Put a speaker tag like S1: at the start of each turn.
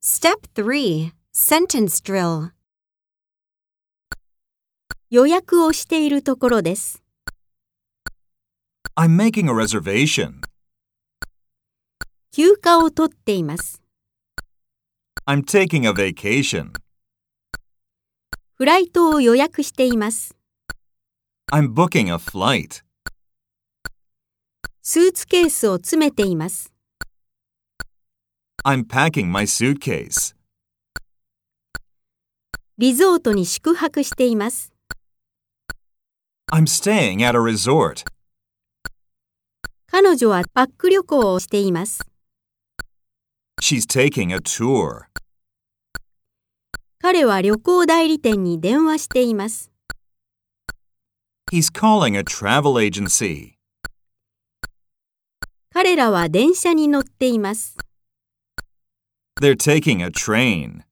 S1: Step 3 Sentence Drill 予約をしているところです。
S2: I'm making a reservation.
S1: 休暇を取っています。
S2: I'm taking a vacation.
S1: フライトを予約しています。
S2: I'm booking a flight.
S1: スーツケースを詰めています。
S2: I'm packing my suitcase.
S1: リゾートに宿泊しています。
S2: I'm staying at a resort.
S1: 彼女はパック旅行をしています。
S2: She's taking a tour.
S1: 彼は旅行代理店に電話しています。
S2: He's calling a travel agency.
S1: 彼らは電車に乗っています。
S2: They're taking a train.